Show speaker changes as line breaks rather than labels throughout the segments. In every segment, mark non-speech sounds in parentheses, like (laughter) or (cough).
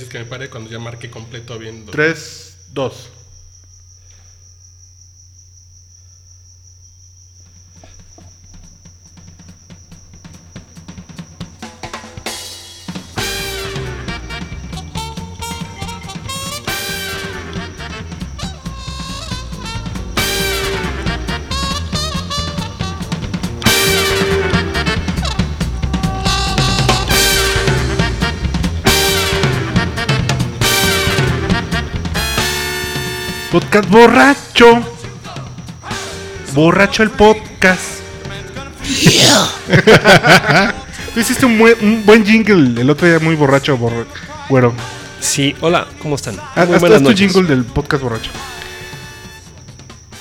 dices que me pare cuando ya marque completo viendo.
3, 2. Podcast borracho. Borracho el podcast. (laughs) Tú hiciste un, buen- un buen jingle el otro día muy borracho, borra- güero.
Sí, hola, ¿cómo están?
Haz, haz- haz Ah, tu jingle del podcast borracho.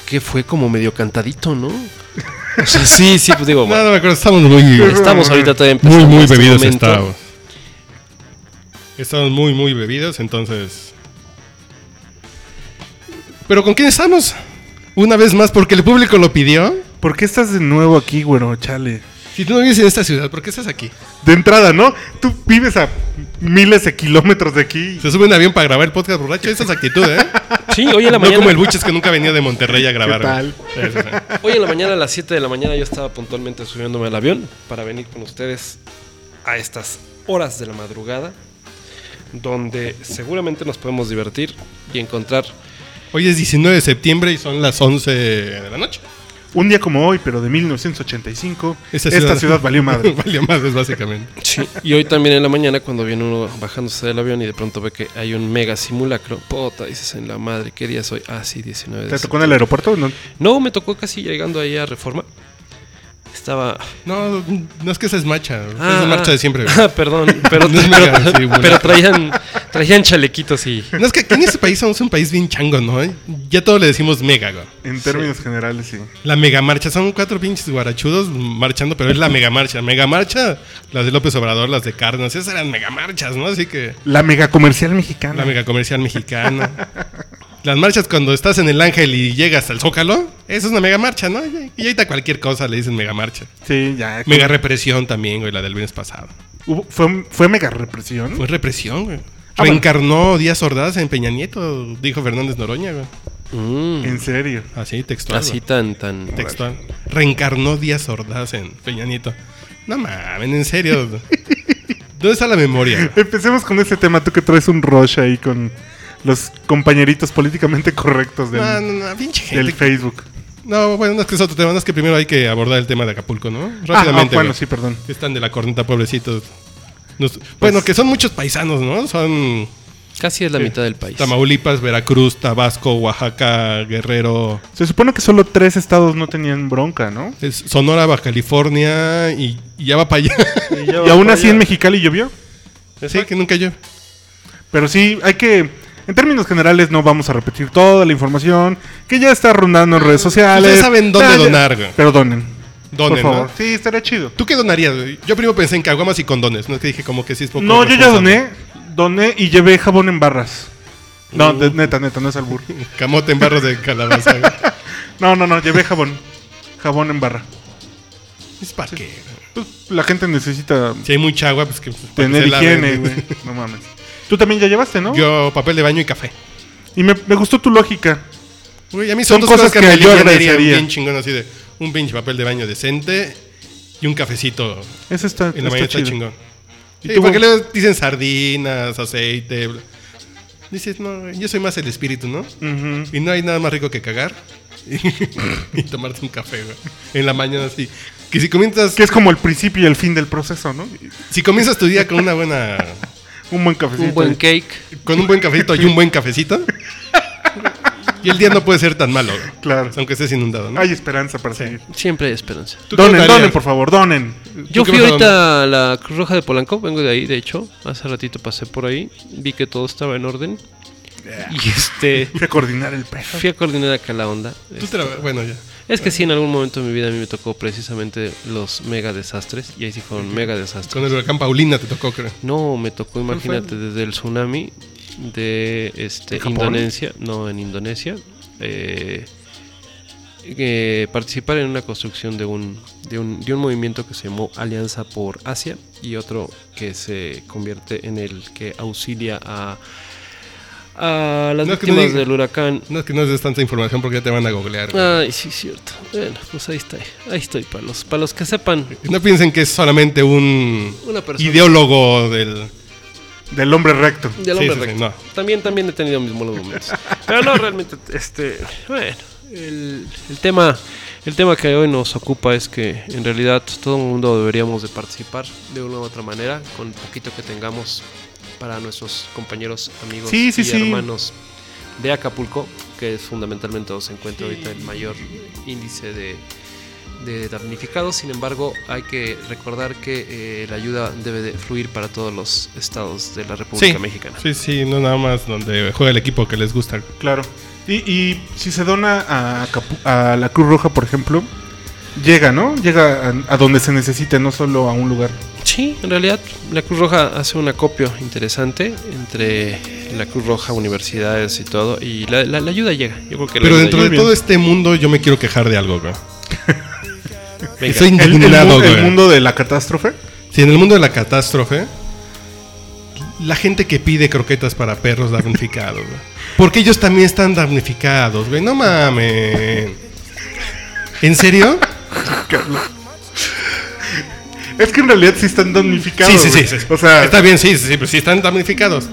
Que fue como medio cantadito,
(laughs)
¿no? O sea, sí, sí, pues digo, bueno,
Nada, me acuerdo, estamos muy, este,
estamos ahorita todavía
muy,
empezando
muy
este
bebidos
momento.
estábamos. Estamos muy, muy bebidos, entonces. ¿Pero con quién estamos? Una vez más, porque el público lo pidió.
¿Por qué estás de nuevo aquí, güero? Chale.
Si tú no vives en esta ciudad, ¿por qué estás aquí?
De entrada, ¿no? Tú vives a miles de kilómetros de aquí.
Se sube un avión para grabar el podcast borracho. Esa es actitud, ¿eh?
Sí, hoy en la
No
mañana.
como el Buches que nunca venía de Monterrey a grabar.
¿Qué tal?
güey. Sí, sí, sí.
Hoy en la mañana a las 7 de la mañana yo estaba puntualmente subiéndome al avión para venir con ustedes a estas horas de la madrugada, donde seguramente nos podemos divertir y encontrar.
Hoy es 19 de septiembre y son las 11 de la noche.
Un día como hoy, pero de 1985,
Esa
esta ciudad valió madre.
(laughs) valió madres, básicamente.
Sí, Y hoy también en la mañana cuando viene uno bajándose del avión y de pronto ve que hay un mega simulacro. Puta, dices en la madre, ¿qué día soy? Ah, sí, 19 de
¿Te tocó en el aeropuerto? No.
septiembre. No, me tocó casi llegando ahí a Reforma. Estaba...
No, no es que esa es macha.
Ah,
es marcha de siempre. güey.
Ah, perdón, pero,
(laughs) No es mega simulacro.
pero traían, traían chalequitos y...
No, es que aquí en este país somos un país bien chango, ¿no? Ya todo le decimos mega, güey.
En términos generales, sí.
La mega marcha, son cuatro pinches guarachudos marchando, pero es la mega marcha. Mega marcha, las de López Obrador, las de Cárdenas, esas eran mega marchas, ¿no? Así que
La mega comercial mexicana.
la mega comercial mexicana. Las marchas cuando estás en el Ángel y llegas al Zócalo, eso es una mega marcha, ¿no? Y y ahorita cualquier cosa le dicen mega marcha.
Sí, ya.
Mega represión también, güey, la del viernes pasado.
Hubo- fue, fue mega represión.
Fue represión, güey.
Ah, bueno.
Reencarnó Díaz Ordaz en Peña Nieto, dijo Fernández Noroña, güey.
Mm,
En serio.
Así, textual.
así
güey.
tan, tan...
Textual. Reencarnó Díaz Ordaz en Peña Nieto. No mames, en
(laughs)
serio. ¿Dónde está la memoria?
Empecemos con ese tema. Tú que traes un rush ahí con los compañeritos políticamente correctos del,
No, no, no, pinche
del
gente.
Facebook.
No, bueno, no es que es otro tema, no es que primero hay que abordar el tema de Acapulco, ¿no?
Ah, ah,
Rápidamente.
bueno,
güey.
sí, Pues perdón.
Que Están de la corneta, pobrecitos. Nos- bueno, que son muchos paisanos, ¿no? Son
Casi es la mitad del país.
Tamaulipas, Veracruz, Tabasco, Oaxaca, Guerrero,
Se supone que solo tres estados no tenían bronca, ¿no?
es Sonora, Baja California y, y ya va para allá.
Y aún así en Mexicali llovió.
sí, que nunca yo.
Pero sí, hay que. En términos generales, no vamos a repetir toda la información que ya está rondando en redes sociales.
Ustedes saben dónde
Ah, ya-
donar, güey.
Pero donen.
Donen,
Por favor.
¿no?
Sí, estaría chido.
¿Tú qué donarías? güey? Yo primero pensé en caguamas y condones. No es que dije como que sí es poco.
No, yo ya
responsable.
doné, doné y llevé jabón en barras. No,
Uh.
de- neta, neta, no es albur.
Camote en barros de calabaza.
(laughs)
güey.
No, no, no, llevé jabón. Jabón en barra.
¿Es para qué?
Pues, la gente necesita
Si hay mucha agua, pues que.
tener
que se lave,
higiene, güey. No mames. Tú también ya llevaste, ¿no?
Yo papel de baño y café.
Y me, me gustó tu lógica.
Güey, a mí
Son
son, dos
cosas
cosas,
que
me
yo
alivianarían
agradecería.
Bien chingón así de un pinche papel de baño decente y un cafecito
Eso está,
en la
está
mañana está
chido.
chingón. Sí,
tú,
porque
Bob?
luego dicen sardinas, aceite. bla. Dices, no, yo soy más el espíritu, ¿no?
Ujú.
Y no hay nada más rico que cagar y, (laughs) y tomarte un café, güey. En la mañana así. Que si comienzas,
Que es como el principio y el fin del proceso, ¿no?
si comienzas tu día con una buena.
Un buen cafecito.
Un buen cake.
con un buen cafecito y un buen cafecito. y el día no puede ser tan malo, güey.
Claro.
Aunque estés inundado, ¿no?
Hay esperanza para seguir.
Siempre hay esperanza.
¿Tú qué
Donen,
darías?
donen, por favor, donen.
¿Tú
Yo
qué
fui
vas a
ahorita a la Cruz Roja de Polanco, vengo de ahí, de hecho. Hace ratito pasé por ahí, vi que todo estaba en orden. Y este,
Voy a coordinar el peso.
fui a coordinar acá la onda.
Tú te la- Bueno, ya.
Es que sí, en algún momento de mi vida a mí me tocó precisamente los mega desastres. Y ahí sí fueron mega desastres.
Con el huracán Paulina te tocó, creo.
No, me tocó,
¿Cuál fue?
imagínate, desde el tsunami de este,
¿En Japón?
Indonesia. No, en Indonesia. eh, eh, participar en una construcción de un, de, un, de un movimiento que se llamó Alianza por Asia y otro que se convierte en el que auxilia a, a las
No, que no
víctimas
diga-
del huracán.
No es que no des tanta información porque ya te van a googlear. güey.
Ay, sí, cierto. Bueno, pues ahí está. Ahí estoy, para los, para los que sepan.
No piensen que es solamente un
Una persona.
ideólogo del...
Del hombre recto.
Del
Sí, sí,
hombre
sí,
recto. También, también he tenido mis malos
(laughs)
momentos. Pero no, realmente, este, bueno, el, el tema, el tema que hoy nos ocupa es que en realidad todo el mundo deberíamos de participar de una u otra manera, con el poquito que tengamos para nuestros compañeros, amigos
Sí, sí,
y
sí.
hermanos de Acapulco, que es fundamentalmente donde se encuentra ahorita el mayor índice de de damnificados. Sin embargo, hay que recordar que eh, la ayuda debe de fluir para todos los estados de la República
Sí,
Mexicana.
sí, sí, no nada más donde juega el equipo que les gusta.
Claro. Y, y si se dona a, Acapu- a la Cruz Roja, por ejemplo, llega, ¿no? Llega a, a donde se necesite, no solo a un lugar.
Sí, en realidad la Cruz Roja hace un acopio interesante entre la Cruz Roja, universidades y todo, y la, la- la ayuda llega. Yo creo que la
Pero
ayuda
dentro de
llega.
todo este mundo yo me quiero quejar de algo, güey.
Venga.
Estoy
(laughs) El, el mu-
indignado,
el
güey.
mundo de la catástrofe.
Si en el mundo de la catástrofe, la gente que pide croquetas para perros damnificados, güey. Porque ellos también están damnificados, güey. No mames. ¿En serio?
Es que en realidad sí están damnificados.
Sí, sí, sí,
güey.
sí.
O sea,
está bien, sí, sí, sí, pero sí están damnificados.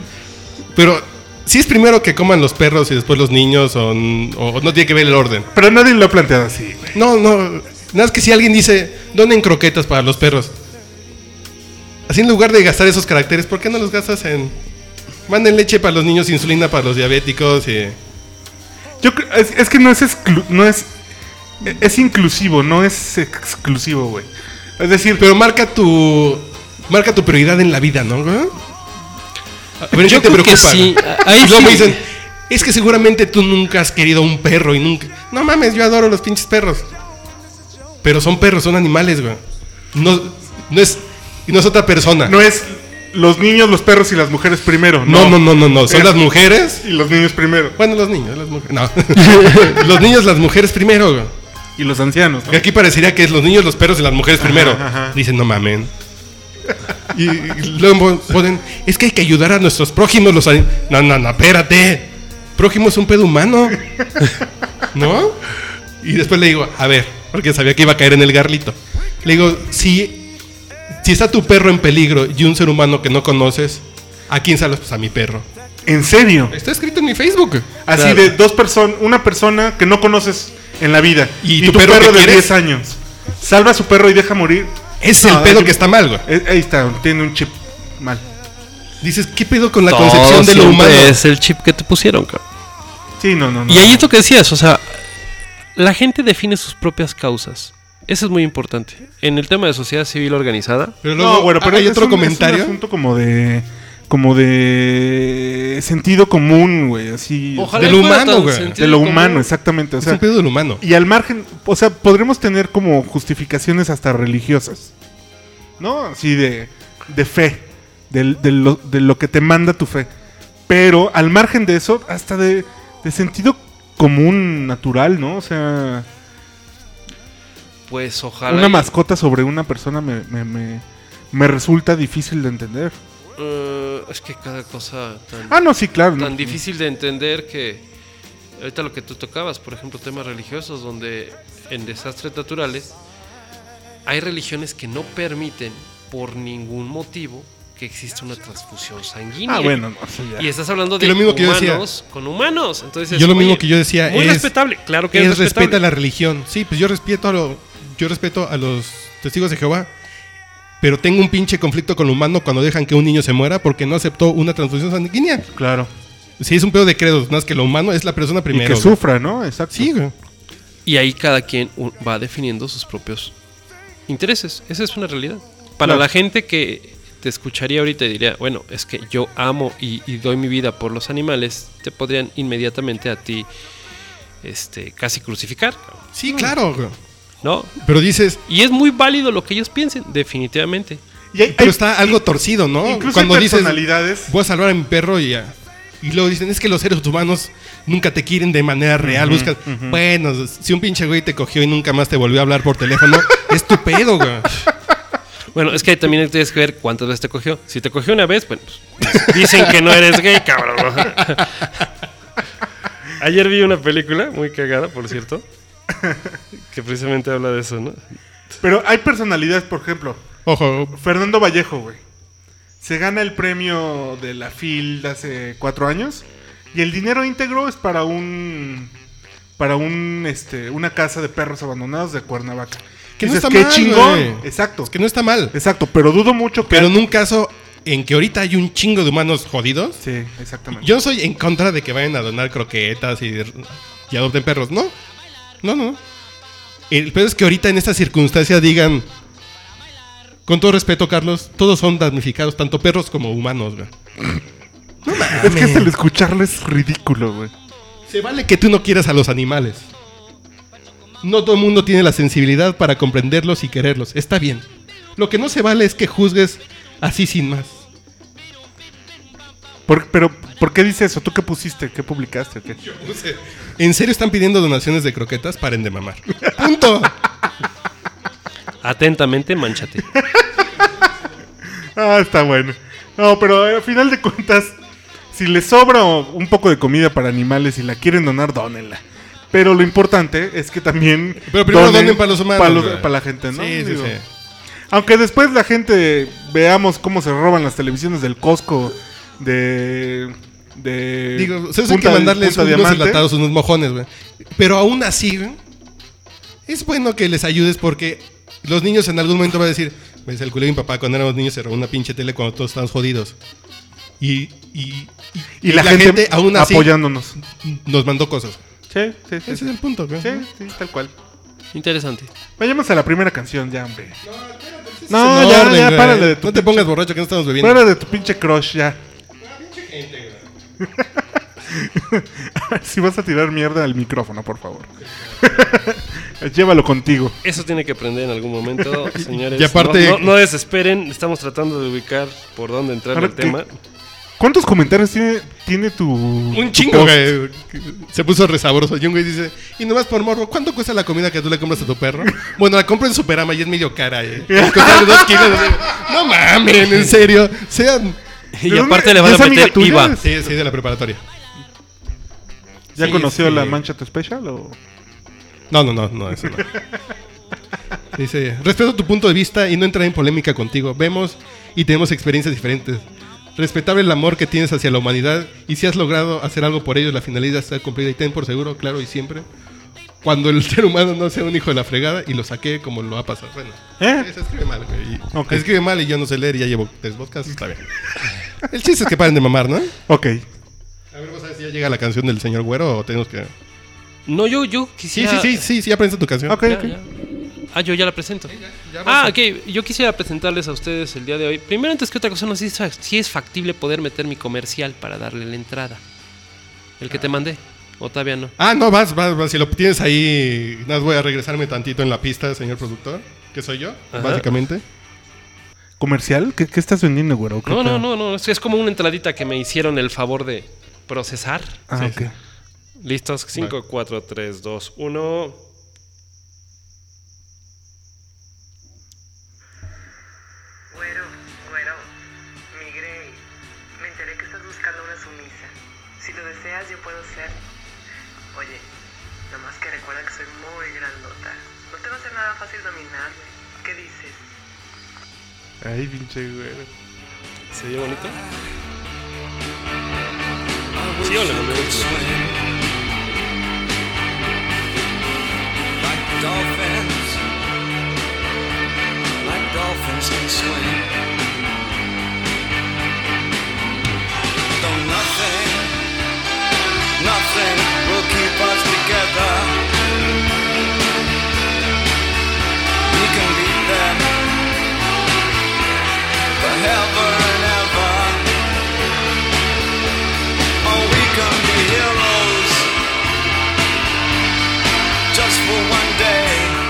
Pero si es primero que coman los perros y después los niños, o, n- o no tiene que ver el orden.
pero nadie lo ha planteado así, güey.
No, no. Nada más que si alguien dice, donen croquetas para los perros. Así en lugar de gastar esos caracteres, ¿por qué no los gastas en. Manden leche para los niños, insulina para los diabéticos y.
Yo cre- es, es que no es exclu- no es e- es inclusivo, no es exclusivo, güey. Es decir,
Pero marca tu. Marca tu prioridad en la vida, ¿no? güey? A ver, ¿en
Yo
qué te
creo que
preocupa?
sí, a- ahí
y luego me
sí.
dicen, es que seguramente tú nunca has querido un perro y nunca. No mames, yo adoro los pinches perros. Pero son perros, son animales, güey. No, no es. y No es otra persona.
no es los niños, los perros y las mujeres primero.
No, no, no, no, no. Son
Es-
las mujeres.
Y los niños primero.
Bueno, los niños, las mujeres. No. los niños, las mujeres primero. güey.
Y los ancianos. ¿no?
Porque aquí parecería que es los niños, los perros y las mujeres primero.
ajá.
Dicen, no mamen. Y, y luego ponen, es que hay que ayudar a nuestros prójimos. Los ani- no, no, no, espérate. Prójimo es un pedo humano. (laughs) ¿No? Y después le digo, a ver, porque sabía que iba a caer en el garlito. Le digo, si, si está tu perro en peligro y un ser humano que no conoces, ¿a quién salvas? Pues a mi perro.
En serio.
Está escrito en mi Facebook.
Así
Claro.
de dos personas, una persona que no conoces en la vida
¿Y
y,
tu
tu,
perro
perro,
que
de
quieres?
10 años. Salva a su perro y deja morir.
Es
No,
el pedo
yo-
que está mal, güey.
Eh, ahí está, tiene un chip mal.
Dices, ¿qué pedo con la
Todo
concepción de lo
siempre
humano?
Es el chip que te pusieron, cabrón.
Sí, no, no, no.
Y ahí es lo que decías, o sea, la gente define sus propias causas. Eso es muy importante. En el tema de sociedad civil organizada,
Pero
No, ah,
luego,
bueno, pero
hay
es
otro
un- es un
comentario.
asunto como de como de sentido común, güey, así
de lo
fuera
humano,
tan
güey.
sentido
de lo
común.
humano, exactamente, o
es un
sea,
pedo del humano.
y al margen, o sea, podremos tener como justificaciones hasta religiosas. ¿No? Así de de fe, del- de, lo, de lo que te manda tu fe. Pero al margen de eso, hasta de, de sentido común natural, ¿no? O sea,
Pues ojalá.
una
y-
mascota sobre una persona me- me- me- me resulta difícil de entender.
Eh, es que cada cosa tan,
Ah, no, sí, claro.
tan
no.
difícil de entender que ahorita lo que tú tocabas, por ejemplo, temas religiosos donde en desastres naturales hay religiones que no permiten por ningún motivo que exista una transfusión sanguínea.
Ah, bueno, no, sí, ya.
Y estás hablando de
Y lo mismo que yo
humanos
decía.
con humanos. Entonces,
Yo lo mismo
oye,
que yo decía
Muy
es-
respetable, claro que es,
Es respeta
respetable.
la religión. Sí, pues yo respeto a lo, yo respeto a los testigos de Jehová. Pero tengo un pinche conflicto con lo humano cuando dejan que un niño se muera porque no aceptó una transfusión sanguínea.
Claro.
Sí, es un pedo de credos, más que lo humano es la persona
Y
primero.
que
güey.
sufra, ¿no? Exacto.
Sí, güey.
Y ahí cada quien u- va definiendo sus propios intereses. Esa es una realidad. Para
Claro.
la gente que te escucharía ahorita y diría, bueno, es que yo amo y, y doy mi vida por los animales, te podrían inmediatamente a ti este, casi crucificar,
Sí, claro, güey.
¿no?
Pero dices,
Y es muy válido lo que ellos piensen, definitivamente.
Y hay,
pero
hay-
está algo torcido, ¿no?
incluso hay
Cuando dices,
personalidades.
voy a salvar a mi perro y ya. Y luego dicen, es que los seres humanos nunca te quieren de manera real. buscan. Bueno, si un pinche güey te cogió y nunca más te volvió a hablar por teléfono, (laughs) es tu pedo, güey.
Bueno, es que ahí también tienes que ver cuántas veces te cogió. Si te cogió una vez, bueno, pues, dicen que no eres gay, cabrón. ¿no? (laughs) Ayer vi una película muy cagada, por cierto, que precisamente habla de eso, ¿no?
Pero hay personalidades, por ejemplo,
Ojo,
Fernando Vallejo, güey. Se gana el premio de la FIL de hace cuatro años. Y el dinero íntegro es para un. Para un. Este. Una casa de perros abandonados de Cuernavaca.
Que no
Dices,
está
"Qué
mal,
chingón.
güey.
Exacto.
es que no está mal.
Exacto. Pero dudo mucho que.
Pero en un caso en que ahorita hay un chingo de humanos jodidos,
Sí, exactamente.
yo soy en contra de que vayan a donar croquetas y, y adopten perros. No, no, no. El pedo es que ahorita en esta circunstancia digan, con todo respeto, Carlos, todos son damnificados, tanto perros como humanos. güey.
es que hasta el escucharlo es ridículo, güey.
Se vale que tú no quieras a los animales. No todo el mundo tiene la sensibilidad para comprenderlos y quererlos. Está bien. Lo que no se vale es que juzgues así sin más.
Por- pero, ¿por qué dice eso? ¿Tú qué pusiste? ¿Qué publicaste? o qué?
¿En serio están pidiendo donaciones de croquetas? Paren de mamar. ¡Punto!
Atentamente, manchate.
Ah, está bueno. No, pero eh, al final de cuentas, si les sobra o- un poco de comida para animales y la quieren donar, dónenla. Pero lo importante es que también.
Pero primero donen para los humanos,
Para, los-
güey.
para la gente, ¿no?
Sí, sí,
Digo,
sí.
Aunque después la gente veamos cómo se roban las televisiones del Costco, de. de
Digo, se hay que
Punta-
mandarles
Punta
unos
Diamante.
enlatados, unos mojones, güey. Pero aún así, güey, es bueno que les ayudes porque los niños en algún momento van a decir: Me el culé mi papá cuando éramos niños, se robó una pinche tele cuando todos estábamos jodidos. Y, y, y-
Y la, gente,
aún así,
apoyándonos.
nos mandó cosas.
Sí, sí, sí.
Ese
Sí,
es el punto, güey.
sí, sí, tal cual.
Interesante.
Vayamos a la primera canción, ya, hombre.
Ese es
No,
el
ya,
orden,
ya,
güey.
párale de tu
No te pongas borracho que no estamos bebiendo.
Fuera de tu pinche crush, ya. si vas (laughs) a tirar mierda al micrófono, por favor. (laughs) Llévalo contigo.
Eso tiene que aprender en algún momento, señores.
Y aparte-
No, no- no desesperen, estamos tratando de ubicar por dónde entrar
Ahora
el
que-
tema.
¿Cuántos comentarios tiene, tiene tu.
Un
tu
chingo,
post?
güey. Se puso resabroso. Y un güey dice, y nomás por morbo, ¿cuánto cuesta la comida que tú le compras a tu perro? Bueno, la compro en Superama y es medio cara, eh. Nos costaron dos kilos. No mamen, en serio. Sean...
¿De
Y
dónde-
aparte le van
es
a
amiga
meter
tuya?
IVA.
Sí, sí, de la preparatoria.
¿Ya
Sí,
conoció
sí.
la mancha tu special? O...
No, no, no, no, eso no. Dice, respeto tu punto de vista y no entrar en polémica contigo. Vemos y tenemos experiencias diferentes. Respetable el amor que tienes hacia la humanidad y si has logrado hacer algo por ellos, la finalidad está cumplida y ten por seguro, claro y siempre, cuando el (laughs) ser humano no sea un hijo de la fregada y lo saquee como lo ha pasado. Bueno,
¿Eh?
eso escribe mal, güey. y-
Ok.
Escribe mal y yo no sé leer y ya llevo tres podcasts, está bien. (laughs) El chiste es que paren de mamar, ¿no?
Ok.
A ver, ¿vos sabes si ya llega la canción del señor Güero o tenemos que...?
No, yo, yo
Sí,
quisiera.
sí, sí, sí, sí, ya aprendiste tu canción.
Ok,
Ya,
ok.
ya. Ah, yo ya la presento.
ya
ah, ok. Yo quisiera presentarles a ustedes el día de hoy. Primero, antes que otra cosa, no sé si es fac- si es factible poder meter mi comercial para darle la entrada. El
Ah.
que te mandé. O todavía no.
Ah, no, vas, vas, vas. Si lo tienes ahí, nada, más voy a regresarme tantito en la pista, señor productor, que soy yo,
Ajá.
básicamente.
¿Comercial? ¿Qué, qué estás vendiendo, güero? ¿Qué
No, no,
pedo?
no, no. Es, es como una entradita que me hicieron el favor de procesar.
Ah,
Sí,
ok.
sí.
Listos. 5, 4, 3, 2, 1.
Güero, güero, migré. Me enteré que estás buscando una sumisa. Si lo deseas, yo puedo ser. Oye, nomás que recuerda que soy muy grandota. No te va a ser nada fácil dominarme. ¿Qué dices?
Ay, pinche güero.
¿Se oye bonito? Sí, hola, me gusta.
Like dolphins, like dolphins can swim. Though nothing, nothing will keep us together. We can beat them forever and ever. Oh, we can be heroes just for one day.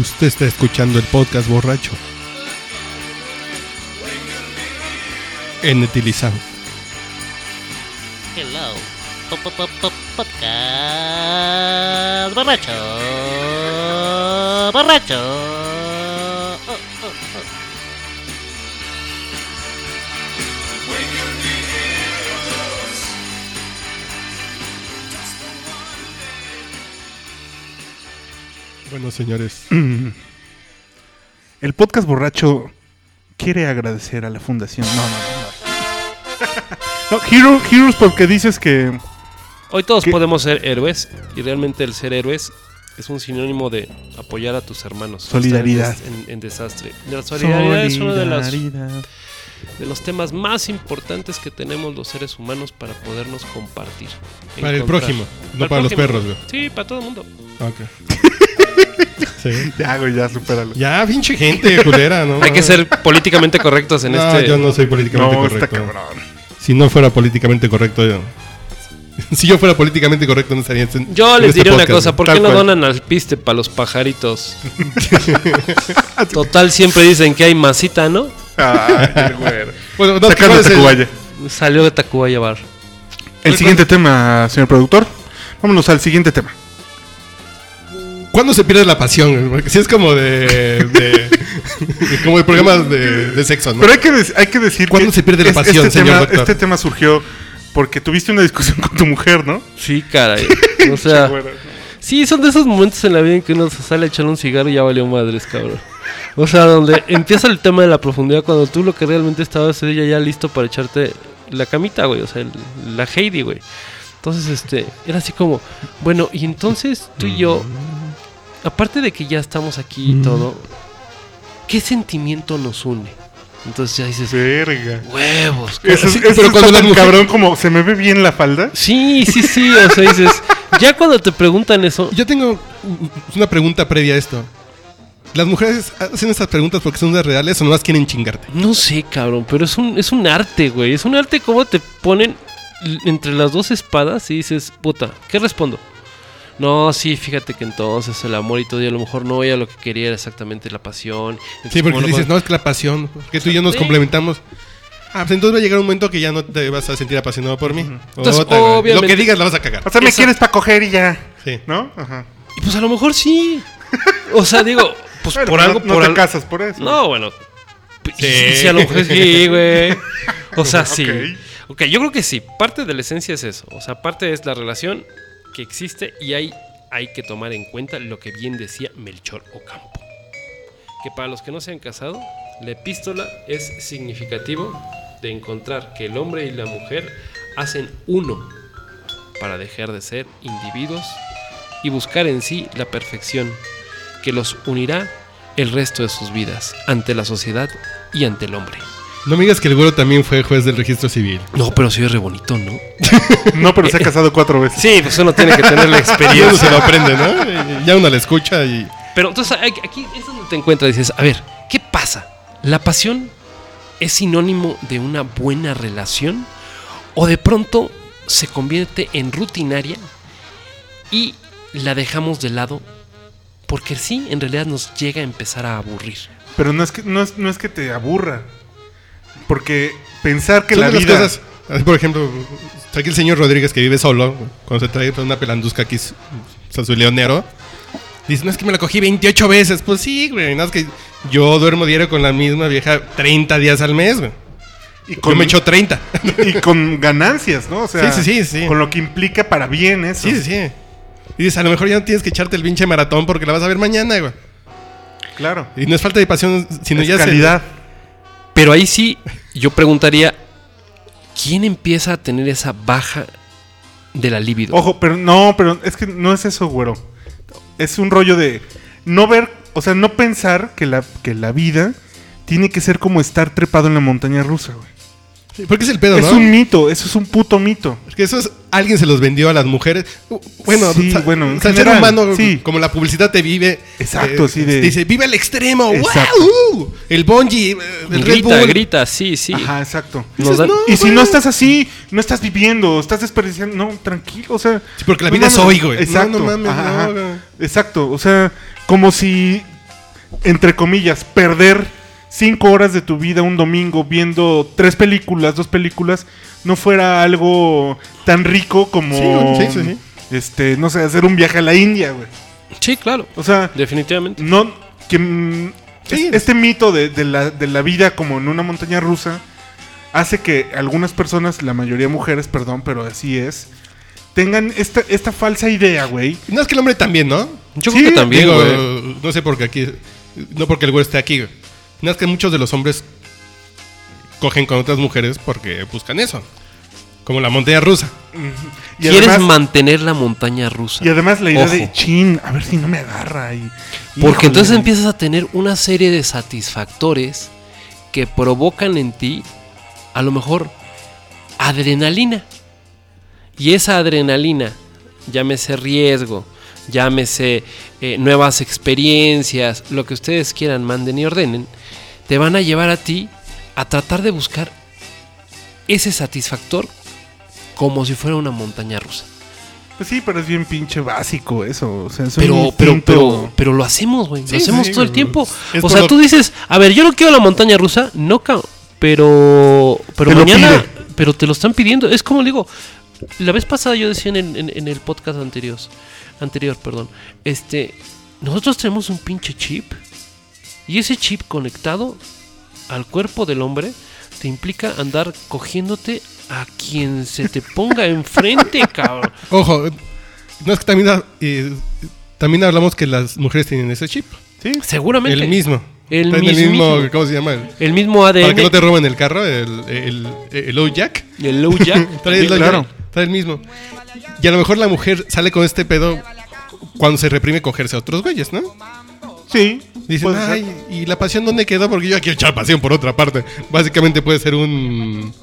Usted está escuchando el podcast borracho. En Etilizán.
Hello. Po- po- po- po- Podcast borracho. Borracho. Oh, oh, oh.
Bueno, señores.
El podcast borracho quiere agradecer a la fundación. No, (laughs) no, no. No, No, Hero- Heroes porque dices que...
Hoy todos
¿Qué?
podemos ser héroes y realmente el ser héroes es un sinónimo de apoyar a tus hermanos.
Solidaridad.
Estar En, des- en- en desastre. La solidaridad, es uno de los,
Solidaridad.
de los temas más importantes que tenemos los seres humanos para podernos compartir.
Para el
Encontrar-
prójimo, no
el
para los
prójimo.
perros, güey.
Sí, para todo el mundo.
Ah,
(laughs)
Sí.
Ya, güey, ya, supéralo.
Ya, pinche gente culera, ¿no?
Hay que ser
(laughs)
políticamente correctos en
Ah. No,
este.
yo no soy políticamente
No, está
correcto.
cabrón.
Si no fuera políticamente correcto, yo- (laughs) si yo fuera políticamente correcto, no estaría en-
Yo
en
les
este
diré una
podcast,
cosa, ¿por
tal
qué no
cual.
donan al piste para los
(laughs)
pajaritos? Total, siempre dicen que hay masita, ¿no?
Ay, güey.
(laughs) Bueno, no,
Sacando
¿cuál es el-
Tacubaya.
Salió de Tacubaya Bar.
El siguiente tema, señor productor. Vámonos al siguiente tema.
¿Cuándo se pierde la pasión? Porque si es como de. de- como de programas de, de sexo, ¿no?
Pero hay que, dec- hay que decir
¿Cuándo
que
se pierde la
es-
pasión,
este
señor
tema,
doctor?
Este tema surgió porque tuviste una discusión (laughs) con tu mujer, ¿no?
Sí, caray. (laughs) O
Ah.
sea, sí, son de esos momentos en la vida en que uno se sale echando un cigarro y ya valió madres, cabrón. O sea, donde empieza el tema de la profundidad, cuando tú lo que realmente estabas es ella ya listo para echarte la camita, güey. O sea, el- la Heidi, güey. Entonces, este, era así como, bueno, y entonces tú y yo, aparte de que ya estamos aquí y todo, ¿qué sentimiento nos une? Entonces ya dices,
Verga.
huevos,
Eso,
Sí,
eso
pero
está
cuando la
tan
mujer-
cabrón como se me ve bien la falda.
Sí, sí, sí, o sea, dices, ya cuando te preguntan eso,
Yo tengo una pregunta previa a esto. ¿Las mujeres hacen estas preguntas porque son las reales o nomás quieren chingarte?
no sé, cabrón, pero es un, es un arte, güey, es un arte como te ponen l- entre las dos espadas y dices, puta, ¿qué respondo? No, sí, fíjate que entonces el amor y todo, y a lo mejor no era lo que quería, era exactamente la pasión. Entonces,
Sí, porque
¿cómo lo
dices,
puedo-
no, es que la pasión, que tú y yo nos
pues- Sí.
complementamos. Ah, pues entonces va a llegar un momento que ya no te vas a sentir apasionado por mí.
Entonces,
Otra, güey. Lo
obviamente-
que digas la vas a cagar.
O sea, me
Esa-
quieres para coger y ya.
Sí.
¿No? Ajá.
Y pues a lo mejor sí. O sea, digo, pues
Bueno,
por
no-
algo,
no,
por
te
al-
casas por eso.
No, bueno.
Sí.
Sí. a lo mejor sí, güey. O sea, sí.
Ok.
ok, yo creo que sí. Parte de la esencia es eso. O sea, parte es la relación que existe y hay, hay que tomar en cuenta lo que bien decía Melchor Ocampo. Que para los que no se han casado, la epístola es significativo de encontrar que el hombre y la mujer hacen uno para dejar de ser individuos y buscar en sí la perfección que los unirá el resto de sus vidas ante la sociedad y ante el hombre.
No me digas que el güero también fue juez del registro civil.
No, pero soy re bonito, ¿no?
(laughs) No, pero se ha casado cuatro veces.
Sí, pues uno tiene que tener la
Y uno se
experiencia.
lo aprende, ¿no? Ya uno la escucha y.
(laughs) Pero entonces hay- aquí es donde te encuentras, dices, a ver, ¿qué pasa? ¿La pasión es sinónimo de una buena relación? ¿O de pronto se convierte en rutinaria y la dejamos de lado? Porque sí, en realidad nos llega a empezar a aburrir.
Pero no es que, no es, no es que te aburra. Porque pensar que
Son
la
de las
vida.
cosas, así, por ejemplo, está aquí el señor Rodríguez que vive solo, cuando se trae pues, una pelandusca aquí, su, su leonero, dice, no es que me la cogí 28 veces, pues sí, güey, no es que yo duermo diario con la misma vieja 30 días al mes, güey.
y con,
Yo me echo
(laughs)
30.
y con ganancias, ¿no? O sea,
Sí, sí, sí, sí.
con lo que implica para bien eso.
sí, sí, sí. Y dices, a lo mejor ya no tienes que echarte el pinche maratón porque la vas a ver mañana, güey.
Claro.
Y no es falta de pasión, sino
Es
ya es el-
calidad.
Pero ahí sí, yo preguntaría, ¿quién empieza a tener esa baja de la libido?
Ojo, pero no, pero es que no es eso, güero. Es un rollo de no ver, o sea, no pensar que la, que la vida tiene que ser como estar trepado en la montaña rusa, güey.
Sí, Porque es el pedo,
es
¿no?
un mito, eso es un puto mito.
Porque eso es, alguien se los vendió a las mujeres. Uh, Bueno,
Sí,
o sea,
bueno, en
o sea, el
general,
ser humano,
sí.
como la publicidad te vive.
Exacto, sí, de-
te Dice, vive el extremo,
Exacto.
¡wow! El bungee, eh, el Red
grita,
Bull".
grita, sí, sí.
Ajá, exacto.
Nos dan-
"No,
y si
güey".
no estás así, no estás viviendo, estás desperdiciando. No, tranquilo, o sea.
Sí, porque la
no
vida es
mames.
hoy, güey. No,
Exacto.
no mames,
ajá,
no,
ajá.
güey.
Exacto, o sea, como si entre comillas, perder cinco horas de tu vida un domingo viendo tres películas, dos películas, no fuera algo tan rico como,
Sí, sí, sí,
este, no sé, hacer un viaje a la India, güey.
Sí, claro.
O sea,
Definitivamente.
no, que mm,
Sí.
es- este mito de, de la, de la vida como en una montaña rusa hace que algunas personas, la mayoría mujeres, perdón, pero así es, tengan esta, esta falsa idea, güey.
No es que el hombre también, ¿no?
Yo
sí,
creo que también,
Digo,
güey.
no sé por qué aquí. No porque el güey esté aquí. güey. No es que muchos de los hombres cogen con otras mujeres porque buscan eso. Como la montaña rusa.
Y
Quieres
además-
mantener la montaña rusa.
Y además la idea
Ojo.
de chin, a ver si no me agarra. Y,
Porque
híjole,
entonces empiezas a tener una serie de satisfactores que provocan en ti, a lo mejor, adrenalina. Y esa adrenalina, llámese riesgo, llámese eh, nuevas experiencias, lo que ustedes quieran, manden y ordenen, te van a llevar a ti a tratar de buscar ese satisfactor como si fuera una montaña rusa.
Pues sí, pero es bien pinche básico eso. O sea, es un
Pero, pero,
instinto-
pero, pero lo hacemos, güey.
Sí,
lo hacemos
sí,
todo el
güey.
tiempo.
Es
o
por
sea,
lo-
tú dices, a ver, yo no quiero la montaña rusa, no, ca- pero, pero
Te lo
mañana,
pide.
pero te lo están pidiendo. Es como digo, la vez pasada yo decía en, el- en- en el podcast anterior, anterior, perdón, este, nosotros tenemos un pinche chip y ese chip conectado al cuerpo del hombre te implica andar cogiéndote a quien se te ponga enfrente, (laughs) cabrón.
Ojo, no es que también, ha- eh, también hablamos que las mujeres tienen ese chip.
Sí,
Seguramente.
El mismo.
El
Traen
mismísimo.
¿Cómo se llama? El-
El mismo ADN.
Para que no te roben el carro, el, el, el, el Jack.
El low
(laughs)
(laughs)
jack.
Trae el,
Bien,
Lojack,
claro.
trae el mismo. Y a lo mejor la mujer sale con este pedo cuando se reprime cogerse a otros güeyes, ¿no?
sí.
Dicen,
puede ser.
ay, ¿y la pasión dónde quedó? Porque yo quiero echar pasión por otra parte. Básicamente puede ser un...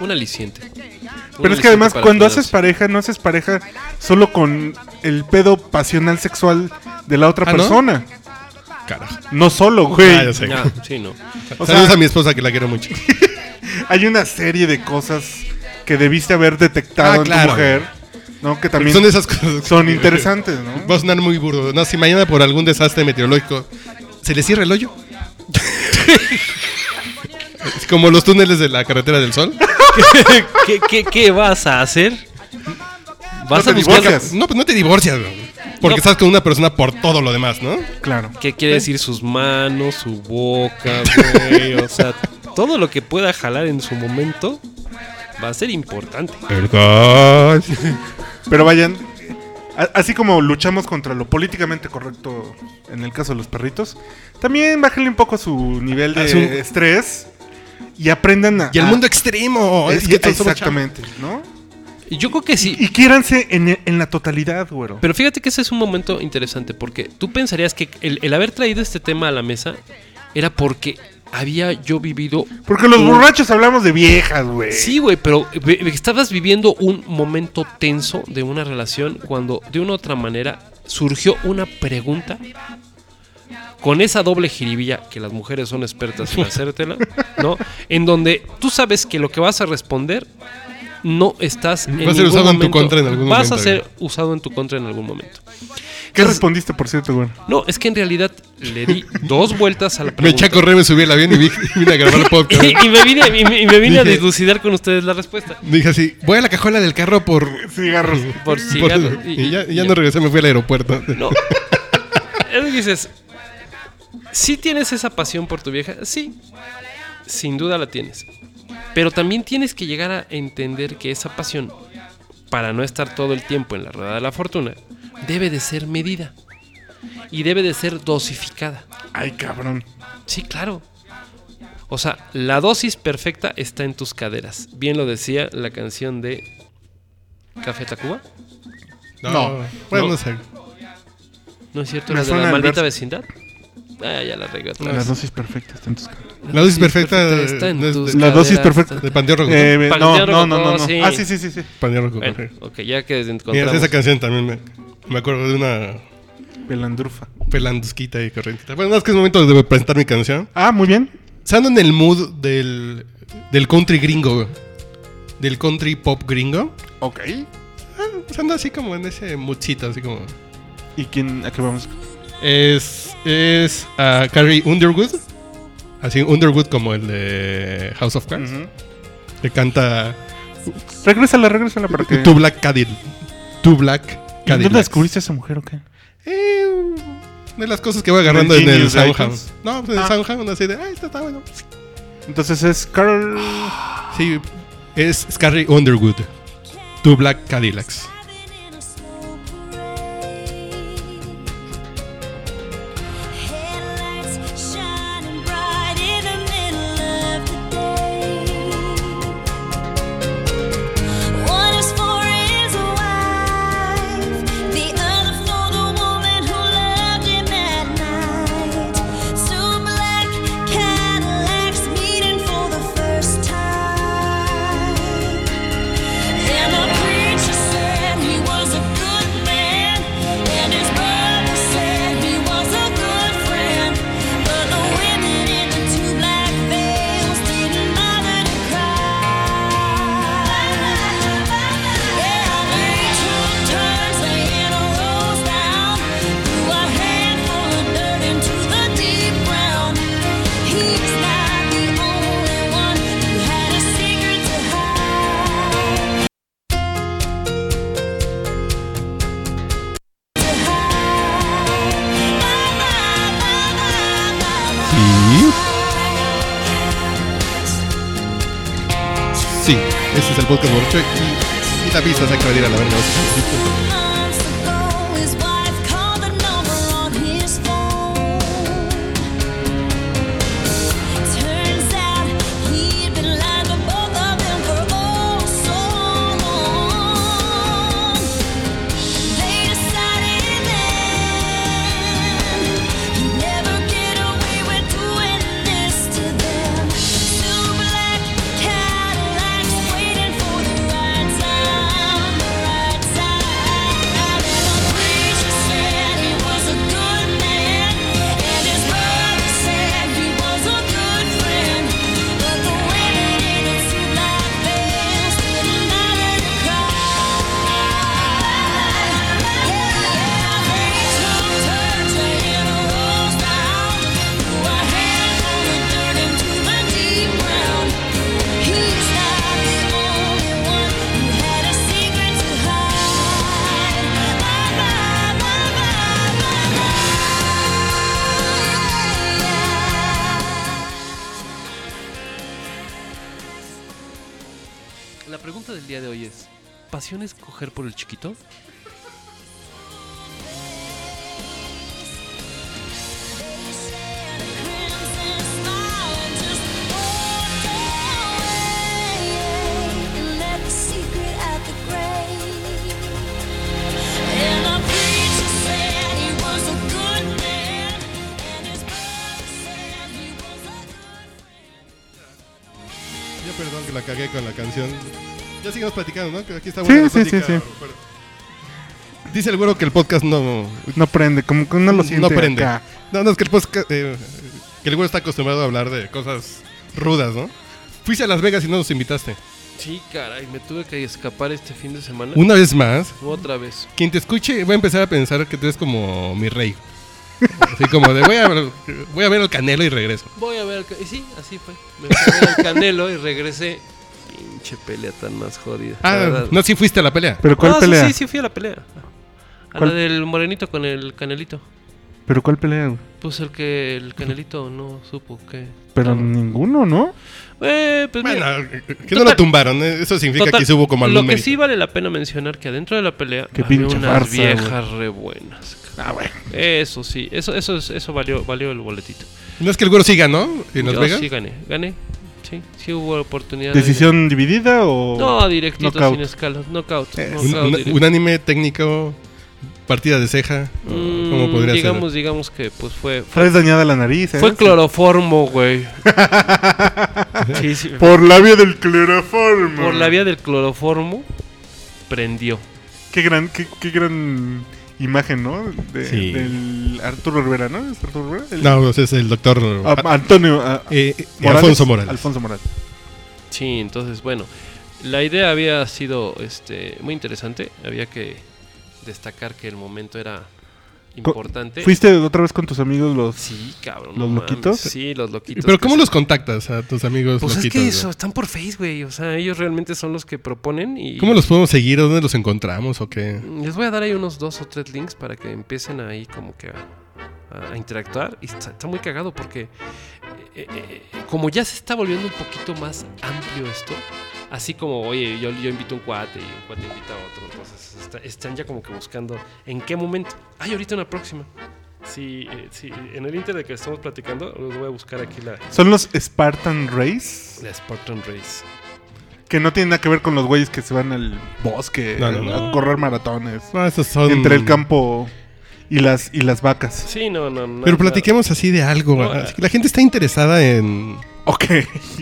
Un aliciente. Un
Pero es
aliciente
que además
para
cuando
cuidarse.
haces pareja, no haces pareja solo con el pedo pasional sexual de la otra
¿Ah, no?
persona.
Carajo.
No, solo, güey.
Ah, ya sé.
Ah, sí, no.
O
Saludos
sea-
a mi esposa que la quiero
(laughs)
mucho.
Hay una serie de cosas que debiste haber detectado
Ah,
en
claro.
tu mujer, ¿no? Que también
Son
son,
de esas cosas. que-
interesantes,
(laughs)
¿no?
Va a sonar muy burdo. No, si mañana por algún desastre meteorológico se le cierra el hoyo. (laughs) Es Como los túneles de la carretera del sol.
¿Qué, qué, qué vas a hacer? ¿Vas
No te
a buscar?
divorcias.
No, pues no te divorcias, güey, Porque
No.
estás con una persona por todo lo demás, ¿no?
Claro.
¿Qué quiere decir sus manos, su boca, güey? O sea, todo lo que pueda jalar en su momento va a ser importante.
Perdón.
Pero vayan, a- así como luchamos contra lo políticamente correcto en el caso de los perritos, también bájenle un poco su nivel de
A Ah, su-
estrés y aprendan a...
Y el
a-
mundo extremo.
es
Es
que-
que todos somos
exactamente, ¿no?
Yo creo que sí.
Y quiéranse en, en la totalidad, güero.
Pero fíjate que ese es un momento interesante porque tú pensarías que el, el haber traído este tema a la mesa era porque había yo vivido
Porque los
un-
borrachos hablamos de viejas, güey.
Sí, güey, pero ve- ve- estabas viviendo un momento tenso de una relación cuando de una u otra manera surgió una pregunta con esa doble jiribilla que las mujeres son
(laughs)
expertas en hacértela, ¿no? En donde tú sabes que lo que vas a responder no estás en
Va a ser usado
ningún
en tu
momento-
contra en algún
vas
momento,
a ser usado en tu contra en algún momento.
pues,
¿Qué respondiste, por cierto, güero?
No, es que en realidad le di dos vueltas a
(laughs)
la
Me
pregunta.
eché a correr, me subí al avión y vi- vine a grabar el podcast.
(laughs) y, y me vine, y me- y me vine a
Dije-
dilucidar con ustedes la respuesta.
Dije así, voy a la cajuela del carro por...
Cigarros.
Por si
por-
ya-
(laughs) y, ya, y ya no regresé, me fui al aeropuerto.
No. Es que dices, ¿sí tienes esa pasión por tu vieja? Sí, sin duda la tienes. Pero también tienes que llegar a entender que esa pasión, para no estar todo el tiempo en la rueda de la fortuna, debe de ser medida. Y debe de ser dosificada.
Ay, cabrón.
Sí, claro. O sea, la dosis perfecta está en tus caderas. Bien lo decía la canción de Café Tacuba.
No. Bueno,
No.
no sé.
¿No es cierto?
Me
¿La de la
suena el
maldita
verso.
vecindad? Ah, ya la regué otra vez.
Las dosis perfectas están tus caras.
La dosis perfecta
está en
no es
tus
de-
La dosis
caderas.
perfecta.
De Panteón Rococó.
Eh,
Para
no,
que te
no, no,
haga
no, no.
sí.
Ah, sí, sí, sí, sí.
Panteón Rococó.
Bueno, ok, ya que
Mira,
desencontramos.
esa canción también me, me acuerdo de una
Pelandrufa.
pelandusquita y corrientita. Bueno, no, es que es momento de presentar mi canción.
Ah, muy bien.
Estando en el mood del, del country gringo, güey. del country pop gringo.
Ok.
Ah, pues ando así como en ese moodcito, así como.
¿Y quién? ¿A qué vamos?
Es es a Carrie Underwood. Así, Underwood como el de House of Cards. Le canta
Regrésala, regrésala para que.
Tu Black Cadillac. Tu Black
¿Y
Cadillac.
¿Dónde descubriste a esa mujer o qué?
Eh, de las cosas que voy agarrando
¿En el
en el
Genius de
Soundhound.
iTunes?
No, pues en el
Ah.
Soundhound así de, ah, esta está bueno.
Entonces es Carol.
Sí, es Carrie Underwood. Tu Black Cadillacs.
time. And the preacher said he was a good man, and his brother said he was a good friend. But the women in the two black veils didn't bother to cry. They took turns laying a rose down, threw a handful of dirt into the deep ground. He's not the only one who had a secret to hide.
Sí, ese es el podcast borracho y, y la visa se acaba de ir a la verga.
Months ago, his wife called the number on his phone. Turns out he'd been lying to both of them for oh so long. They decided then he'd never get away with doing this to them. Two black Cadillacs waiting for the right time, the right time. And the preacher said he was a good man, and his brother said he was a good friend. But the women in the two black veils didn't matter to
La pregunta del día de hoy es: ¿Pasión es coger por el chiquito?
Secret at the grave. And the preacher said he was a good man, and his brother said he was a good friend.
Yo perdón que la cagué con la canción. Ya seguimos platicando, ¿no? Que aquí está
Sí,
buena la
sí, sí,
plática,
sí.
pero- Dice el güero que el podcast no,
No prende, como que no lo siente.
no prende.
acá.
No, no, es que el podcast. eh, que el güero está acostumbrado a hablar de cosas rudas, ¿no? Fuiste a Las Vegas y no nos invitaste.
Sí, caray, me tuve que escapar este fin de semana.
Una vez más,
Otra vez.
quien te escuche va a empezar a pensar que tú eres como mi rey. Así como de voy a, voy a ver al canelo y regreso.
Voy a ver. al ca- Y sí, así (laughs) fue. Me fui a ver al canelo y regresé. Pinche pelea tan más jodida. la
Ah,
verdad.
no, sí fuiste a la pelea.
¿Pero cuál
Ah, sí,
pelea?
Sí, sí, fui a la pelea. A
¿Cuál?
la del morenito con el canelito.
¿Pero cuál pelea? güey?
Pues el que el canelito no supo que.
Pero
Ah.
ninguno, ¿no?
Eh, pues
Bueno,
mira,
que no
Total-
la tumbaron, eh, eso significa
total,
que sí hubo como
Lo
algún
que
mérito.
sí vale la pena mencionar que adentro de la pelea
Qué
había
pinche
unas
farsa,
viejas re buenas. Ah, bueno. Eso sí, eso eso es- eso valió valió el boletito.
No es que el güero siga, ¿no? En Las
Yo
Vegas.
sí gané, gané. Sí, sí hubo oportunidad. de-
¿Decisión dividida o.?
No, directito
Knockout.
sin escalas, knockout.
Eh,
knockout
un, una-
directo.
un anime técnico, partida de ceja, o
Mm,
¿cómo podría
digamos, digamos que pues fue
Traes dañada la nariz, ¿eh?
fue cloroformo,
(laughs)
güey. sí, sí.
Por la vía del cloroformo.
Por la vía del cloroformo prendió.
Qué gran, qué, qué gran imagen, ¿no? De,
Sí.
Del Arturo Rivera, ¿no? ¿Es Arturo Rivera?
ser?
El-
No, pues es el doctor
Ah,
ah,
Antonio. ah,
eh, eh,
Morales.
Alfonso Morales.
Alfonso Morales.
Sí, entonces, bueno, la idea había sido este, muy interesante. Había que destacar que el momento era importante.
¿Fuiste otra vez con tus amigos los...
Sí, cabrón.
¿Los
mames.
loquitos?
Sí, los loquitos.
Pero
que
¿cómo
se-
los contactas a tus amigos
Pues
loquitos?
es que
güey?
eso, están por Face, güey. O sea, ellos realmente son los que proponen y...
¿Cómo los podemos seguir? ¿A dónde los encontramos o qué?
Mm, Les voy a dar ahí unos dos o tres links para que empiecen ahí como que a- a, a interactuar. Y está, está muy cagado porque eh, eh, eh, como ya se está volviendo un poquito más amplio esto, así como, oye, yo, yo invito a un cuate y un cuate invita a otro, entonces está- están ya como que buscando en qué momento. Hay ahorita una próxima. Sí, eh, sí, en el inter de que estamos platicando, les voy a buscar aquí la,
Son los Spartan Race,
la Spartan Race.
que no tienen nada que ver con los güeyes que se van al bosque
No, no,
a correr maratones.
No, esos son...
Entre el campo y las, y las vacas.
Sí, no, no, no.
Pero
no.
platiquemos así de algo.
No,
así que la gente está interesada en...
Ok.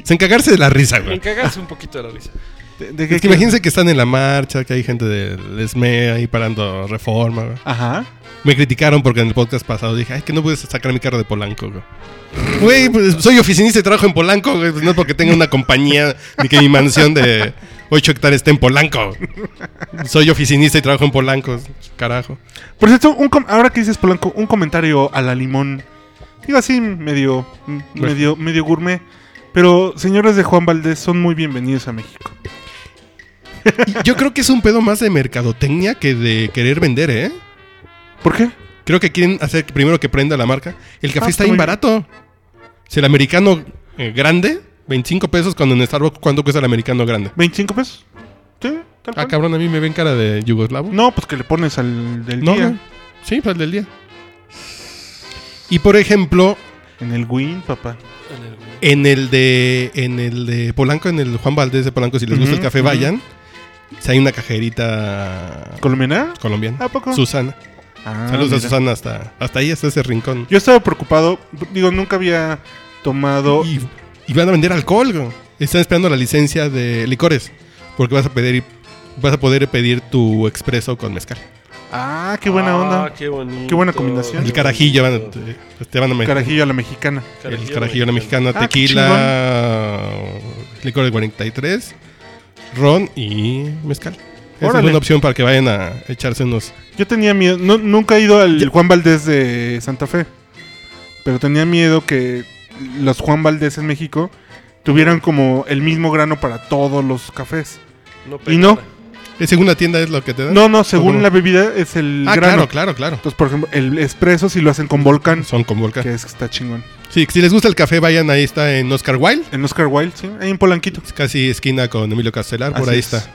en cagarse de la risa, güey.
Me cagas un poquito de la risa.
¿De, de
Es que imagínense que están en la marcha, que hay gente del SME ahí parando reforma. güey.
Ajá.
Me criticaron porque en el podcast pasado dije, ay, que no pude sacar mi carro de Polanco, güey. Güey, pues, soy oficinista y trabajo en Polanco, güey. Pues, No es porque tenga una compañía ni que mi mansión de 8 hectáreas esté en Polanco. Soy oficinista y trabajo en Polanco, carajo.
Por cierto, un com- ahora que dices Polanco, un comentario a la limón. Digo así, medio, mm, medio, medio gourmet. Pero señores de Juan Valdés son muy bienvenidos a México.
Y Yo creo que es un pedo más de mercadotecnia que de querer vender, ¿eh?
¿Por qué?
Creo que quieren hacer que primero que prenda la marca. El café está
Ah, está
bien
muy bien.
barato. Si el americano eh, grande, 25 pesos, cuando en Starbucks, ¿cuánto cuesta el americano grande?
¿25 pesos? Sí, tal
Ah,
cual.
cabrón, a mí me ven cara de yugoslavo.
No, pues que le pones al del
No,
día.
no. Sí, pues el del día. Y por ejemplo,
En el Win, papá.
En el-
en el de en el de Polanco, en el Juan Valdés de Polanco, si les gusta el
Ujú,
café,
ujú.
vayan. Si hay una cajerita
¿Colombiana?
colombiana.
¿A poco?
Susana.
Ah,
Saludos a
mira.
Susana hasta, hasta ahí, hasta ese rincón.
Yo estaba preocupado. Digo, nunca había tomado.
Y, y van a vender alcohol, güey. Están esperando la licencia de licores. Porque vas a pedir vas a poder pedir tu expreso con mezcal.
Ah, qué buena
Ah,
onda.
Qué, bonito.
Qué buena combinación.
El
Qué
carajillo van a, te- pues, te van a meter.
Carajillo a la mexicana.
el carajillo la mexicana,
Ah, qué Ah,
tequila, licor de 43, ron y mezcal. Esa es
Órale.
una opción para que vayan a echarse unos.
Yo tenía miedo, no- nunca he ido al Juan Valdés de Santa Fe, pero tenía miedo que los Juan Valdés en México tuvieran como el mismo grano para todos los cafés.
No
Y no,
Eh, Según la tienda es lo que te dan.
no, no,
¿Eh?
según
¿Cómo?
la bebida es el
ah,
grano.
claro, claro, claro.
Entonces, por ejemplo, el espresso si lo hacen con volcán,
Son con
que
volcán.
es que está chingón.
Sí, si les gusta el café, vayan, ahí está en Oscar Wilde.
En Oscar Wilde, sí, ahí en Polanquito.
Es casi esquina con Emilio Castelar, por
Así
ahí
es.
está.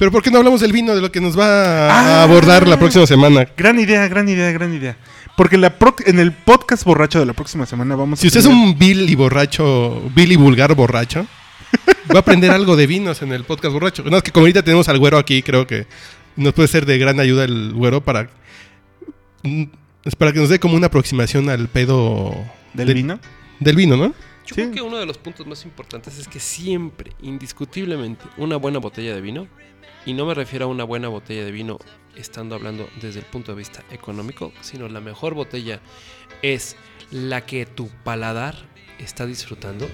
Pero ¿por qué no hablamos del vino, de lo que nos va a
Ah.
abordar la próxima semana?
Gran idea, gran idea, gran idea. Porque la pro- en el podcast borracho de la próxima semana vamos
Si
a
usted es
tener-
un vil y borracho, vil y vulgar borracho, va a aprender algo de vinos en el podcast borracho. No, es que como ahorita tenemos al güero aquí, creo que nos puede ser de gran ayuda el güero para, mm, es para que nos dé como una aproximación al pedo
del
de-
vino.
del vino, ¿no?
Sí.
Yo creo que uno de los puntos más importantes es que siempre, indiscutiblemente, una buena botella de vino, y no me refiero a una buena botella de vino estando hablando desde el punto de vista económico, sino la mejor botella es la que tu paladar está disfrutando,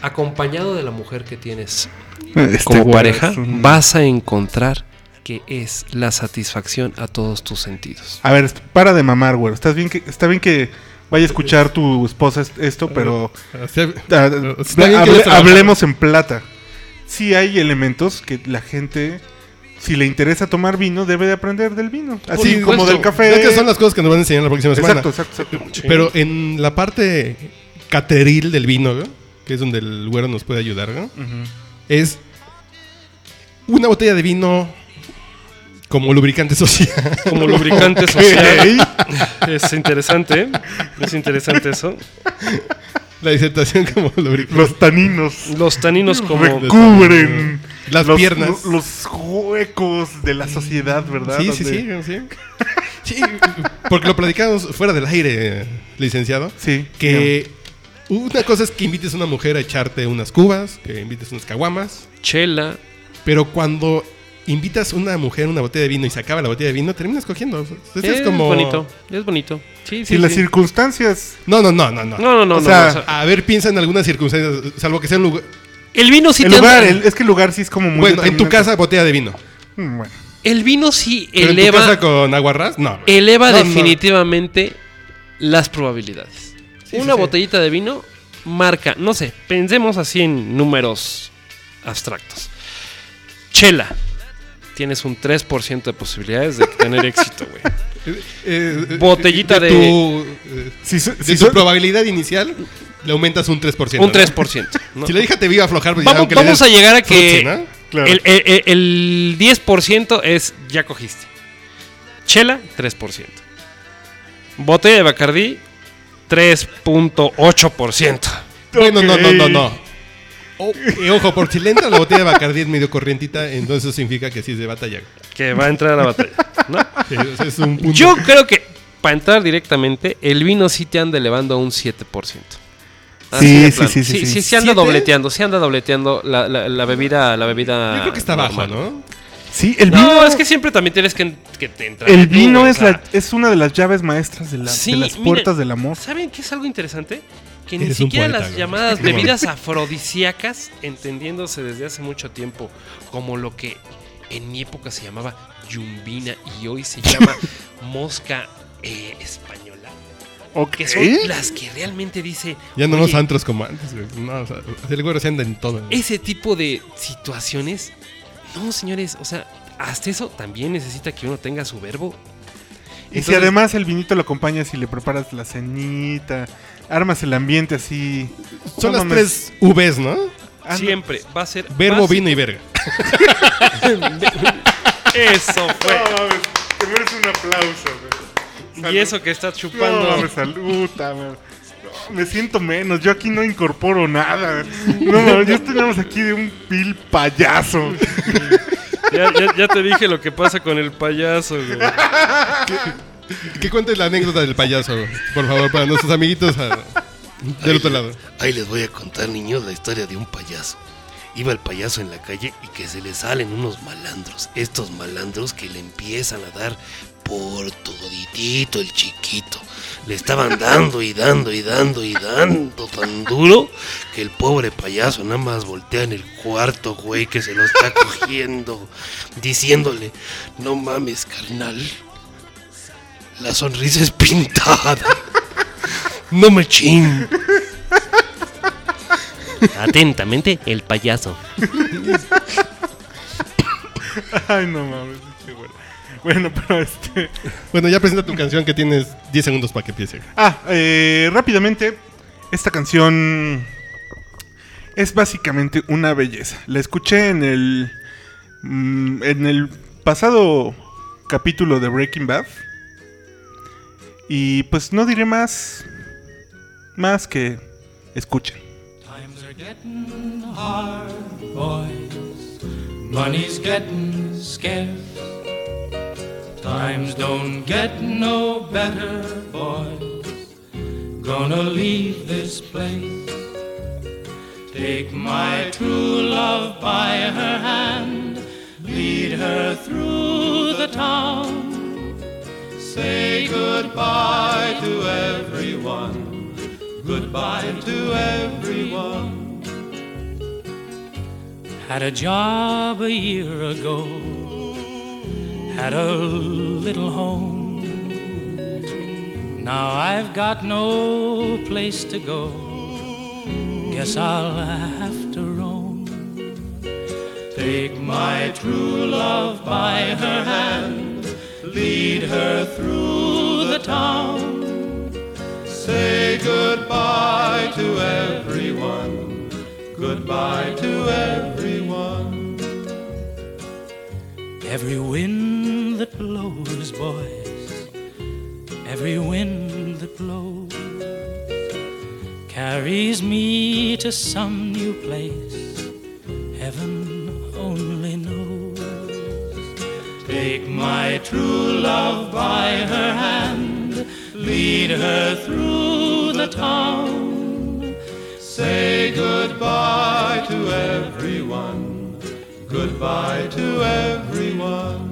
acompañado de la mujer que tienes
Este,
Este
como pareja, vas a encontrar que es la satisfacción a todos tus sentidos.
A ver, para de mamar, güey. Estás bien que, está bien que vaya a escuchar tu esposa est- esto, pero ah,
está bien que
hable-
le trabaja.
hablemos en plata. Sí hay elementos que la gente, si le interesa tomar vino, debe de aprender del vino. Así
supuesto.
como del café.
Creo que son las cosas que nos van a enseñar la próxima semana.
exacto, exacto, exacto.
Pero en la parte cateril del vino, ¿no? que es donde el güero nos puede ayudar, ¿no? es una botella de vino como lubricante social. (laughs)
Como lubricante social. Es interesante. ¿eh? Es interesante eso.
la disertación como lubricante.
Los taninos
Los taninos como.
cubren
Las
los,
piernas.
lo- Los huecos de la sociedad, ¿verdad?
sí, sí, sí,
Donde-
sí. Sí, porque lo platicamos fuera del aire, licenciado.
Sí.
Que una cosa es que invites a una mujer a echarte unas cubas, que invites unas caguamas.
Chela,
Pero cuando invitas a una mujer a una botella de vino y se acaba la botella de vino, terminas cogiendo. O sea, esto
es,
este es como...
bonito, es bonito. Sí,
Si
sí,
las
sí.
circunstancias
No, no, no, no, no.
No, no, no,
O
no,
sea,
no, o sea,
A ver, piensa en algunas circunstancias, salvo que sea un lugar...
el vino sí
el
te
lugar,
anda-
el- es que el lugar sí es como muy
Bueno, en tu
determinante.
casa, botella de vino.
Mm, Bueno,
El vino sí
¿Pero en tu
eleva.
casa con aguarrás? No. güey.
eleva
No, no.
definitivamente las probabilidades.
Sí,
Una
sí, sí.
botellita de vino marca, no sé, pensemos así en números abstractos. Chela, tienes un 3% de posibilidades de tener éxito, güey.
Eh, eh,
Botellita de-
tu, eh,
Si, so-
de
si
tu
so-
probabilidad inicial le aumentas un 3%.
Un
¿no?
3%.
(laughs)
¿no?
Si la hija te viva a aflojar, pues ya,
Vamos,
aunque le
vamos
des
a llegar a que
frutzi, ¿no?
Claro.
el, el- el- el 10% es ya cogiste. Chela, 3%. Botella de Bacardí, 3.8%.
Bueno, no, no, no, no. O- Oh, y ojo, por si le entra la botella de Bacardí es medio corrientita, entonces eso significa que sí es de batalla.
que va a entrar a la batalla. ¿no?
Sí, ese es un (laughs) punto.
Yo creo que para entrar directamente, el vino sí te anda elevando a un 7%.
Sí,
de
sí,
plano.
sí, sí,
sí,
sí.
sí, sí anda
¿Siete?
dobleteando, sí anda dobleteando la, la- la bebida, la bebida.
Yo creo que está
Ah,
bajo,
normal.
¿no?
Sí, el
No,
vino.
es que siempre también tienes que, que te entrar.
El
tú,
vino
güey,
es,
o sea,
la, es una de las llaves maestras de, la- de
sí,
las
miren,
puertas del amor.
¿Saben qué es algo interesante? Que ni
Eres un
siquiera
poeta,
las
güey. (laughs)
llamadas
Qué bueno.
bebidas afrodisíacas, entendiéndose desde hace mucho tiempo como lo que en mi época se llamaba yumbina y hoy
(laughs)
se llama mosca eh, española,
Ok.
que son las que realmente dice...
¿Eh? Ya no
"Oye,
los antros como antes. güey. No, o sea, el güero se anda en todo.
ese tipo de situaciones, no, señores, o sea, hasta eso también necesita que uno tenga su verbo.
Y si
Entonces-
además el vinito lo acompañas y le preparas la cenita, armas el ambiente así.
Son
No
las
mames.
tres Vs, ¿no?
Ando-
Siempre va a ser...
Verbo,
vas-
vino y verga.
Eso
(laughs)
fue.
No mames, te mereces un aplauso, güey. Salud.
Y eso que está
No
chupando. (laughs)
mames, salud, mames. No, me siento menos, yo aquí no incorporo nada. (laughs) No mames, yo estuviéramos aquí de un vil payaso. (laughs)
Ya, ya- ya te dije lo que pasa con el payaso, güey.
Que cuentes la anécdota del payaso, güey, por favor, para nuestros amiguitos a- del otro lado.
Ahí les voy a contar, niños, la historia de un payaso. Iba el payaso en la calle y que se le salen unos malandros. Estos malandros que le empiezan a dar por toditito el chiquito. Le estaban dando y dando y dando y dando tan duro que el pobre payaso nada más voltea en el cuarto, güey, que se lo está cogiendo, diciéndole, no mames, carnal. La sonrisa es pintada. No me ching.
Atentamente, el payaso.
Ay, no mames, qué bueno. Bueno, pero este.
Bueno, ya presenta tu canción que tienes 10 segundos para que empiece.
Ah, eh, rápidamente, esta canción es básicamente una belleza. La escuché en el mm, en el pasado capítulo de Breaking Bad y pues no diré más más que escuchen.
Times are getting hard, boys. Money's getting scarce. Times don't get no better, boys. Gonna leave this place. Take my true love by her hand, lead her through the town. Say goodbye to everyone. Goodbye to everyone. Had a job a year ago, had a little home. Now I've got no place to go. Guess I'll have to roam. Take my true love by her hand, lead her through the town. Say goodbye to everyone. Goodbye to everyone. Every wind that blows, boys, every wind that blows carries me to some new place. Heaven only knows. Take my true love by her hand, lead her through the town. Say goodbye to everyone, goodbye to everyone.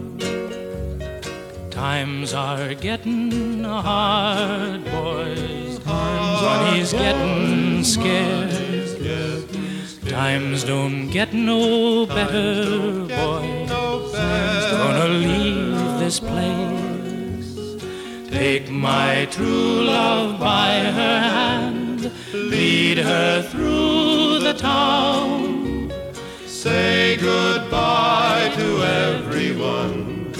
Times are getting hard, boys. Money's getting scarce. Times don't get no better, boys. Gonna this place. Take my true love by her hand, lead her through the town. Say goodbye to everyone,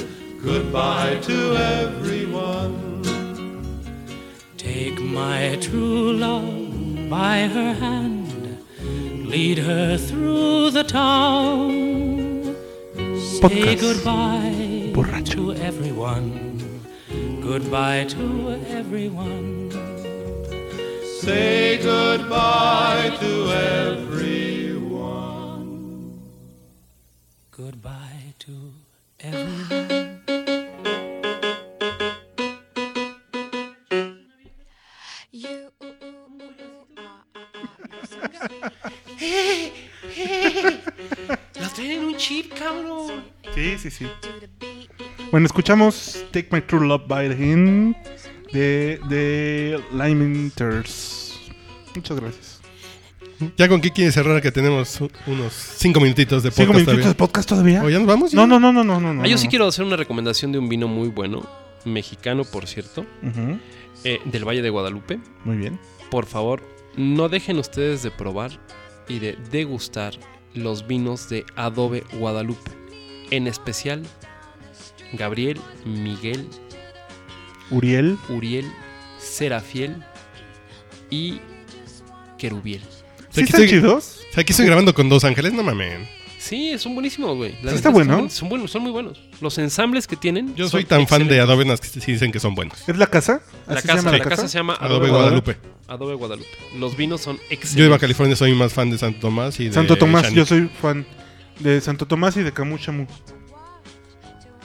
goodbye to everyone. Take my true love by her hand, lead her through the town. Say
Podcast
goodbye
borracho.
to everyone. Goodbye to everyone. Say goodbye to everyone. Goodbye to everyone.
You, ooh, ooh, ooh, ooh, ah, ah, ah, you're so
Las traen en un chip, cabrón.
Sí, sí, sí.
sweet to the beat.
Bueno, escuchamos Take My True Love by the Hand de, de Limenters. Muchas gracias.
¿Ya con qué quieres cerrar? Que tenemos u- unos cinco minutitos de podcast.
¿Cinco minutitos de
todavía.
podcast todavía?
¿O ya nos vamos?
No, no, no, no, no, no. no
Ah, yo sí
no.
quiero hacer una recomendación de un vino muy bueno, mexicano, por cierto,
Ujú,
eh, del Valle de Guadalupe.
Muy bien.
Por favor, no dejen ustedes de probar y de degustar los vinos de Adobe Guadalupe. En especial, Gabriel, Miguel,
Uriel.
Uriel, Serafiel y Querubiel.
Aquí
¿Sí están
estoy-
chidos?
O sea, aquí estoy grabando con dos ángeles, no mamen.
Sí, son buenísimos, güey. La
Sí
neta
está
es que
bueno.
Son, buen- son buenos, son muy buenos. Los ensambles que tienen.
Yo
son
soy tan fan de
excelentes.
Adobe las que sí dicen que son buenos.
¿Es la casa?
La
¿Así
casa,
se llama
la casa se llama
Adobe Guadalupe.
Adobe Guadalupe. Los vinos son
Yo de Baja
excelentes.
California soy más fan de Santo Tomás y de
Santo Tomás,
Shannon.
yo soy fan de Santo Tomás y de Camuchamu.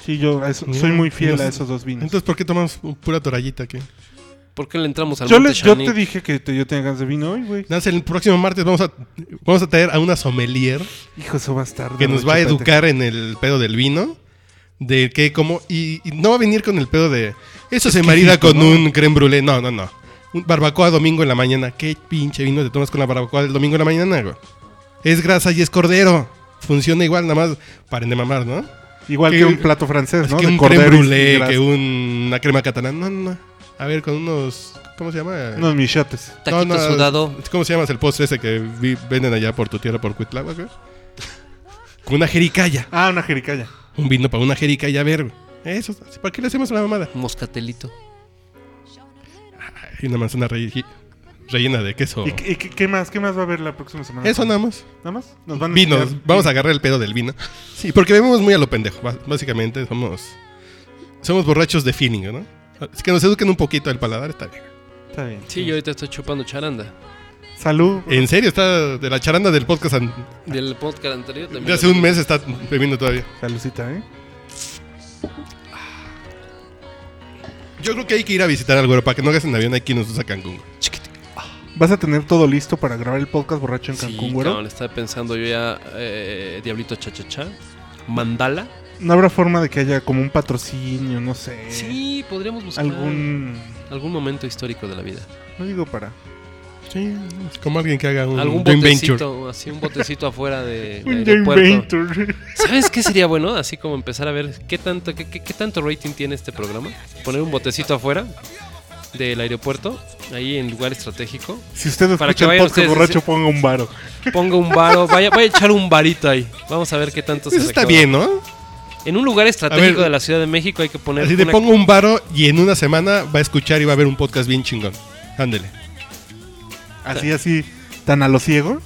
Sí, yo a eso-
Mira,
soy muy fiel
no
a
sé.
esos dos vinos.
Mm, Entonces, ¿por qué tomamos pura torallita aquí?
¿Por qué le entramos al
yo,
Monte
les- yo
Shani?
te dije que te- yo tenía ganas de vino hoy, güey.
Nancy, el próximo martes vamos a, vamos a traer a una sommelier
Hijo, eso va a estar.
que
de
nos va a
rechupete.
educar en el pedo del vino, de qué, cómo, y, y no va a venir con el pedo de eso se marida con
¿no?
un creme brûlée, no, no, no. Un barbacoa domingo en la mañana, qué pinche vino te tomas con la barbacoa del domingo en la mañana, güey. Es grasa y es cordero, funciona igual, nada más paren de mamar, ¿no?
Igual que,
que-
un plato francés,
Es
¿no?
que
De
un
cordero
creme
y
brûlée,
grasa.
que una crema catalana, no, no, no. A ver, con unos, ¿cómo se llama?
Unos michotes.
Taquito
No, no,
sudado.
¿Cómo se llama el postre ese que vi- venden allá por tu tierra, por Cuitlagua, güey? Con una jericaya.
Ah, una jericaya.
Un vino para una jericaya, a ver, güey. Eso, ¿para qué le hacemos la mamada?
Moscatelito.
Y una manzana re- rellena de queso.
¿Y, qué- y qué, qué más? ¿Qué más va a haber la próxima semana?
Oh. Eso nada más.
¿Nada más? Nos van a
Vinos,
enseñar-
vamos a agarrar el pedo del vino. Sí, porque bebemos muy a lo pendejo, ba- básicamente somos somos borrachos de feeling, ¿no? Es que nos eduquen un poquito el paladar, está bien.
Está bien.
Sí, yo ahorita estoy chupando charanda.
Salud.
En serio, está de la charanda del podcast an-
Del podcast anterior también.
de hace un mes está bebiendo todavía.
Saludcita, ¿eh?
Yo creo que hay que ir a visitar al güero para que no gasten avión aquí nosotros a Cancún.
¿Vas a tener todo listo para grabar el podcast borracho en
Sí,
Cancún, güero?
cabrón, estaba pensando yo ya eh, Diablito Chachachá, Mandala.
¿No habrá forma de que haya como un patrocinio, no sé?
Sí, pues, podríamos buscar algún...
Eh. Algún...
momento histórico de la vida.
No digo para...
Sí, es como alguien que haga un
Algún
joint
botecito, así un botecito afuera
(laughs)
de, de
Un
aeropuerto.
Venture.
(laughs) ¿Sabes qué sería bueno? Así como empezar a ver qué tanto, qué, qué- qué tanto rating tiene este programa. Poner un botecito afuera del aeropuerto, ahí en lugar estratégico.
Si usted
Para
escucha
que
el
vayan
podcast
ustedes,
borracho,
sí.
ponga un varo.
Ponga un varo, vaya, vaya a echar un varito ahí. Vamos a ver qué tanto se
Eso está
recauda.
bien, ¿no?
En un lugar estratégico
ver.
de la Ciudad de México hay que poner
Así te
una-
pongo un varo y en una semana va a escuchar y va a ver un podcast bien chingón. Ándele.
Así, así, tan a lo ciego.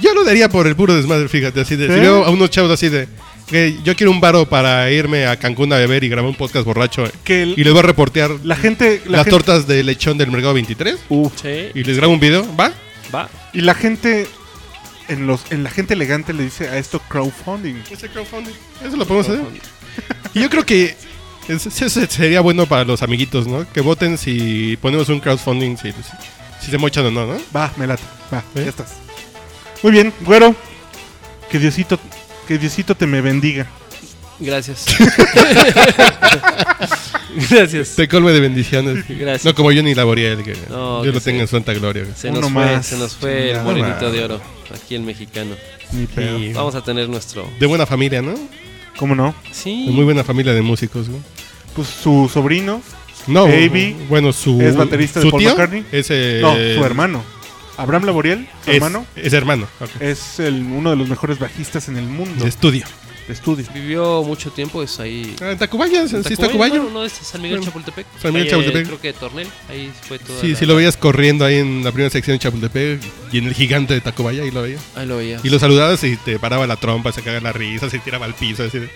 Yo lo daría por el puro desmadre, fíjate, así de. Si
¿Sí?
veo a unos chavos así de. "Güey, yo quiero un varo para irme a Cancún a beber y grabar un podcast borracho. eh,
Que el-
y les voy a reportear
La gente... La
las
gente-
tortas de lechón del mercado 23
Uf.
Sí,
y les grabo un video, ¿va?
¿eh? va.
Y la gente... En, los, en la gente elegante le dice a esto crowdfunding.
Ese crowdfunding. Eso lo podemos hacer. Y yo creo que es- eso sería bueno para los amiguitos, ¿no? Que voten si ponemos un crowdfunding, si, si se mochan o no, ¿no?
Va, me late. Va,
¿Eh?
ya estás. Muy bien, güero. Que Diosito, que Diosito te me bendiga.
(laughs)
Gracias. (laughs) Gracias.
Te colme de bendiciones.
(laughs) Gracias.
No como yo ni Laboriel, que
No,
yo
que
lo
sí.
tenga en santa gloria.
Se
Uno
nos, fue,
más.
se nos fue el
Chingada
morenito
madre.
de oro, aquí el mexicano.
Ni pedo.
Y
Vamos a tener nuestro
de buena familia, ¿no?
¿Cómo no?
De muy buena familia de músicos, güey.
Pues su sobrino.
No,
Baby
bueno, su
es baterista de
su
Paul
tío
McCartney.
Es, eh,
No, su hermano. Abraham Laboriel, su
es-
hermano, Eh,
Es hermano. ok.
es el, uno de los mejores bajistas en el mundo
De estudio.
de estudio.
Vivió mucho tiempo, es ahí.
Ah, Tacubaya, sí,
Tacubaya,
está Tacubaya.
No, no, es San Miguel
Bueno,
Chapultepec.
San Miguel
Calle,
Chapultepec.
Creo que Tornel, ahí fue todo.
Sí, sí lo veías corriendo ahí en la primera sección de Chapultepec y en el gigante de Tacubaya, ahí lo veías.
Ahí lo veía.
Y lo saludabas y te paraba la trompa, se cagaba la risa, se tiraba al piso, así de...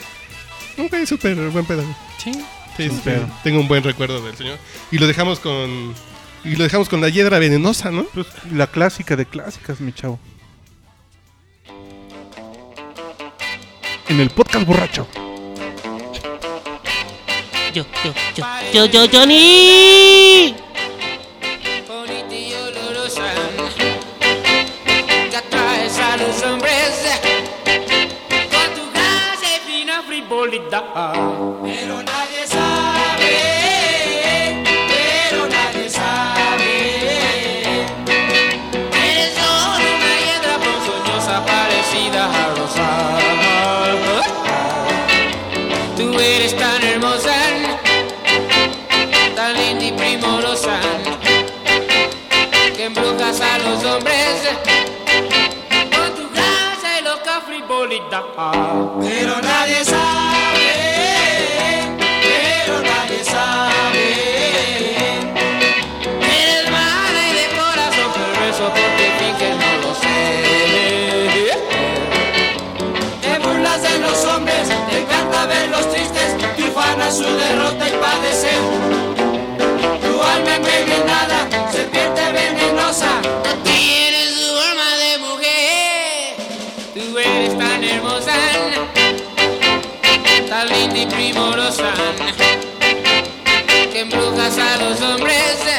Un güey súper buen pedo.
Sí.
Sí,
Un
sí,
pedo.
tengo un buen recuerdo del señor. Y lo dejamos con... Y lo dejamos con la hiedra venenosa, ¿no?
Pues, la clásica de clásicas, mi chavo. En el podcast borracho.
yo, yo, yo, yo, yo, Johnny.
Bonita y olorosa, que atraes a los hombres con tu clase fina frivolidad. Pero nadie sabe, pero nadie sabe. Eres solo una hiedra ponzoñosa parecida a rosa. Tú eres tan hermosa, tan linda y primorosa que embrujas a los hombres con tu gracia y loca frivolidad. Pero nadie sabe, pero nadie sabe. Eres mala y de corazón perverso porque finges no lo sé. Te burlas de los hombres, te encanta verlos tristes, triunfan su derrota y padecer. Tu alma envenenada, serpiente venenosa. No tienes su alma de mujer. Tú eres tan hermosa, tan linda y primorosa, que embrujas a los hombres